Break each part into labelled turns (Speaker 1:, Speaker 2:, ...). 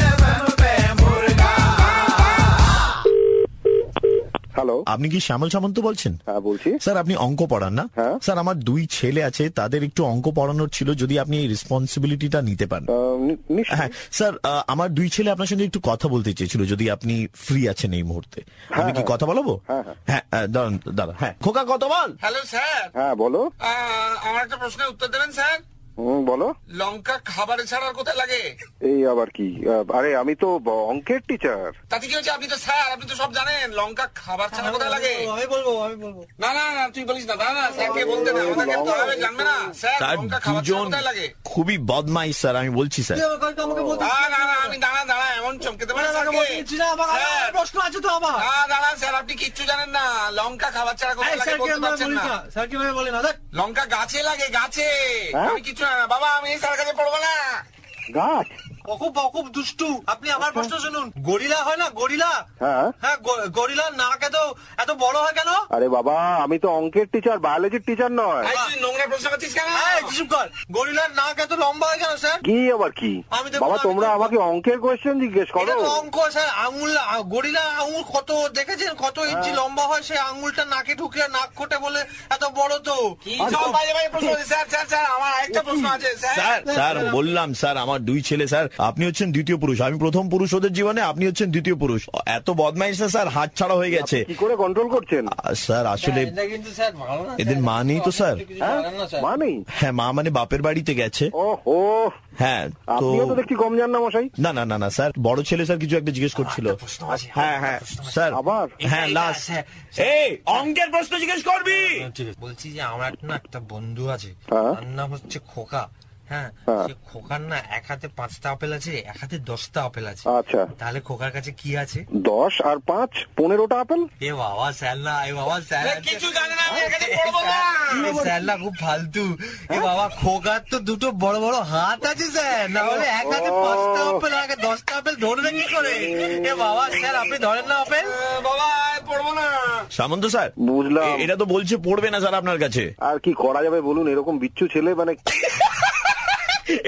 Speaker 1: Ah.
Speaker 2: আপনি কি শ্যামল সামন্ত বলছেন
Speaker 3: হ্যাঁ বলছি
Speaker 2: স্যার আপনি অঙ্ক পড়ান না
Speaker 3: হ্যাঁ।
Speaker 2: স্যার আমার দুই ছেলে আছে তাদের একটু অঙ্ক পড়ানোর ছিল যদি আপনি এই রেসপন্সিবিলিটিটা নিতে পারেন
Speaker 3: আহ, নি- নিশ্চয়ই।
Speaker 2: হ্যাঁ স্যার আহ, আমার দুই ছেলে আপনার সঙ্গে একটু কথা বলতে চেয়েছিল যদি আপনি ফ্রি আছেন এই মুহূর্তে আমি কি কথা বলাবো
Speaker 3: হ্যাঁ, হ্যাঁ।
Speaker 2: হ্যাঁ আহ, দাঁড়ান দাঁড়া হ্যাঁ খোকা কত বল
Speaker 4: হ্যালো স্যার
Speaker 3: হ্যাঁ বলো
Speaker 4: আহ, আমার একটা প্রশ্নের উত্তর দেবেন স্যার
Speaker 3: হুম বলো
Speaker 4: লঙ্কা খাবারে ছাড়া আর কোথায় লাগে
Speaker 3: এই আবার কি আহ, আরে আমি তো ব- অঙ্কের টিচার
Speaker 4: তাতে কি হচ্ছে আপনি তো স্যার আপনি তো সব জানেন লঙ্কা খাবার ছাড়া কোথায় লাগে
Speaker 1: আমি বলবো আমি বলবো
Speaker 4: না না না তুই বলিস না না না স্যারকে বলতে না ওনাকে তো হবে জানবে না স্যার
Speaker 2: স্যার
Speaker 4: লঙ্কা হ্যাঁ, খাবার ছাড়া
Speaker 2: দুজন
Speaker 4: কোথায় লাগে হ্যাঁ,
Speaker 2: খুবই বদমাইশ স্যার আমি বলছি স্যার
Speaker 1: তুই আমাকে আমাকে বলতে
Speaker 4: না না না আমি দাঁড়া দাঁড়া এমন চমকে দেবেন
Speaker 1: আমাকে বলতে দিচ্ছি না আমার আরো- আরো প্রশ্ন আছে তো আমার
Speaker 4: না দাঁড়া স্যার আপনি কিচ্ছু জানেন না লঙ্কা খাবার ছাড়া
Speaker 1: এই,
Speaker 4: কোথায় লাগে
Speaker 1: স্যারকে
Speaker 4: বলতে
Speaker 1: আমরা
Speaker 4: পারছেন
Speaker 1: বলি
Speaker 4: না
Speaker 1: না স্যারকে ভাবে বলে না দেখ
Speaker 4: লঙ্কা গাছে লাগে গাছে
Speaker 3: হ্যাঁ?
Speaker 4: আমি কিচ্ছু জানি না বাবা আমি এই স্যার কাছে পড়বো না
Speaker 3: গাছ
Speaker 1: অকুপ অকুপ দুষ্টু আপনি আমার প্রশ্ন শুনুন গরিলা হয় না গরিলা
Speaker 3: হ্যাঁ
Speaker 1: হ্যাঁ গ- গরিলা নাক এত এত বড় হয় কেন
Speaker 3: আরে বাবা আমি তো অঙ্কের টিচার বায়োলজির টিচার নয়
Speaker 4: এই তুই নোংরা প্রশ্ন করছিস কেন
Speaker 1: হ্যাঁ কিছু কর গরিলার নাক এত লম্বা হয় কেন স্যার
Speaker 3: কি আবার কি
Speaker 1: আমি তো-
Speaker 3: বাবা
Speaker 1: আমি তো-
Speaker 3: তোমরা আমাকে অঙ্কের কোয়েশ্চেন জিজ্ঞেস
Speaker 1: এটা
Speaker 3: করো
Speaker 1: তো অঙ্ক স্যার আঙুল আ- গরিলা আঙুল কত দেখেছেন কত ইঞ্চি লম্বা হয় সেই আঙুলটা নাকে ঢুকিয়ে নাক কোটে বলে এত বড় তো
Speaker 4: কি সব বাজে বাজে প্রশ্ন করছিস? স্যার স্যার স্যার আমার একটা প্রশ্ন আছে
Speaker 2: স্যার
Speaker 4: স্যার
Speaker 2: স্যার বললাম স্যার আমার দুই ছেলে স্যার আপনি হচ্ছেন দ্বিতীয় পুরুষ আমি প্রথম পুরুষ ওদের জীবনে আপনি হচ্ছেন দ্বিতীয় পুরুষ এত বদমাইশ না স্যার হাত ছাড়া হয়ে গেছে
Speaker 3: কি হ্যাঁ, করে কন্ট্রোল করছেন
Speaker 2: আহ, স্যার আসলে
Speaker 1: এটা কিন্তু স্যার ভালো না
Speaker 2: এদের মা নেই তো, স্যার?
Speaker 3: হ্যাঁ মানে
Speaker 2: হ্যাঁ মা মানে বাপের বাড়িতে গেছে
Speaker 3: ও হো
Speaker 2: হ্যাঁ তো
Speaker 3: আপনিও তো দেখছি কম জান না মশাই
Speaker 2: না না না না স্যার বড় ছেলে স্যার কিছু একটা জিজ্ঞেস করছিল হ্যাঁ হ্যাঁ স্যার
Speaker 3: আবার?
Speaker 2: হ্যাঁ
Speaker 1: এটা-
Speaker 2: লাস্ট
Speaker 1: স্যার-
Speaker 2: এই অঙ্কের প্রশ্ন জিজ্ঞেস করবি
Speaker 1: ঠিক আছে। বলছি যে আমার একটা না একটা বন্ধু আছে
Speaker 3: হ্যাঁ।
Speaker 1: তার নাম হচ্ছে খোকা হ্যাঁ
Speaker 3: হ্যাঁ।
Speaker 1: সে খোকার না এক হাতে পাঁচটা আপেল আছে এক হাতে দশটা আপেল আছে
Speaker 3: আচ্ছা
Speaker 1: তাহলে খোকার কাছে কি আছে
Speaker 3: দশ আর পাঁচ পনেরোটা আপেল
Speaker 1: এ বাবা স্যার না এ বাবা স্যার
Speaker 4: স্যার, কিছু জানে না আমি এর কাছে পড়বো না
Speaker 1: এ স্যার না খুব ফালতু এ
Speaker 3: হ্যাঁ?
Speaker 1: বাবা খোকার তো দুটো বড় বড় হাত আছে স্যার না হলে এক হাতে
Speaker 3: ও।
Speaker 1: পাঁচটা আপেল আগে দশটা আপেল ধরবে কি করে এ বাবা স্যার আপনি ধরেন না আপেল
Speaker 4: আহ, বাবা আমি পড়বো না
Speaker 2: সামন্ত স্যার
Speaker 3: বুঝলাম।
Speaker 2: এ- এটা তো বলছে পড়বে না স্যার আপনার কাছে
Speaker 3: আর কি করা যাবে বলুন এরকম বিচ্ছু ছেলে মানে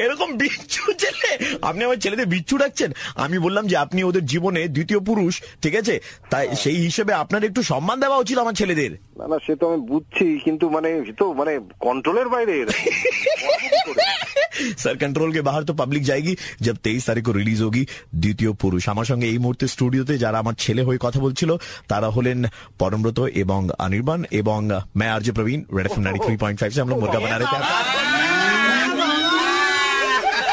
Speaker 2: এরকম বিচ্ছু ছেলে আপনি আমার ছেলেদের বিচ্ছু ডাকছেন আমি বললাম যে আপনি ওদের জীবনে দ্বিতীয় পুরুষ ঠিক আছে তাই
Speaker 3: হ্যাঁ।
Speaker 2: সেই হিসেবে আপনার একটু সম্মান দেওয়া উচিত আমার ছেলেদের
Speaker 3: না না সে তো আমি বুঝছি কিন্তু মানে সে তো মানে কন্ট্রোলের বাইরে এরা। করবো কি করে?
Speaker 2: सर कंट्रोल के बाहर तो पब्लिक जाएगी जब तेईस तारीख को रिलीज होगी দ্বিতীয় পুরুষ আমার সঙ্গে এই মুহূর্তে স্টুডিওতে যারা আমার ছেলে হয়ে কথা বলছিল তারা হলেন পরমব্রত এবং অনির্বাণ এবং मैं आरजे प्रवीण रेड एफएम 93.5 से हम लोग मुर्गा बना रहे थे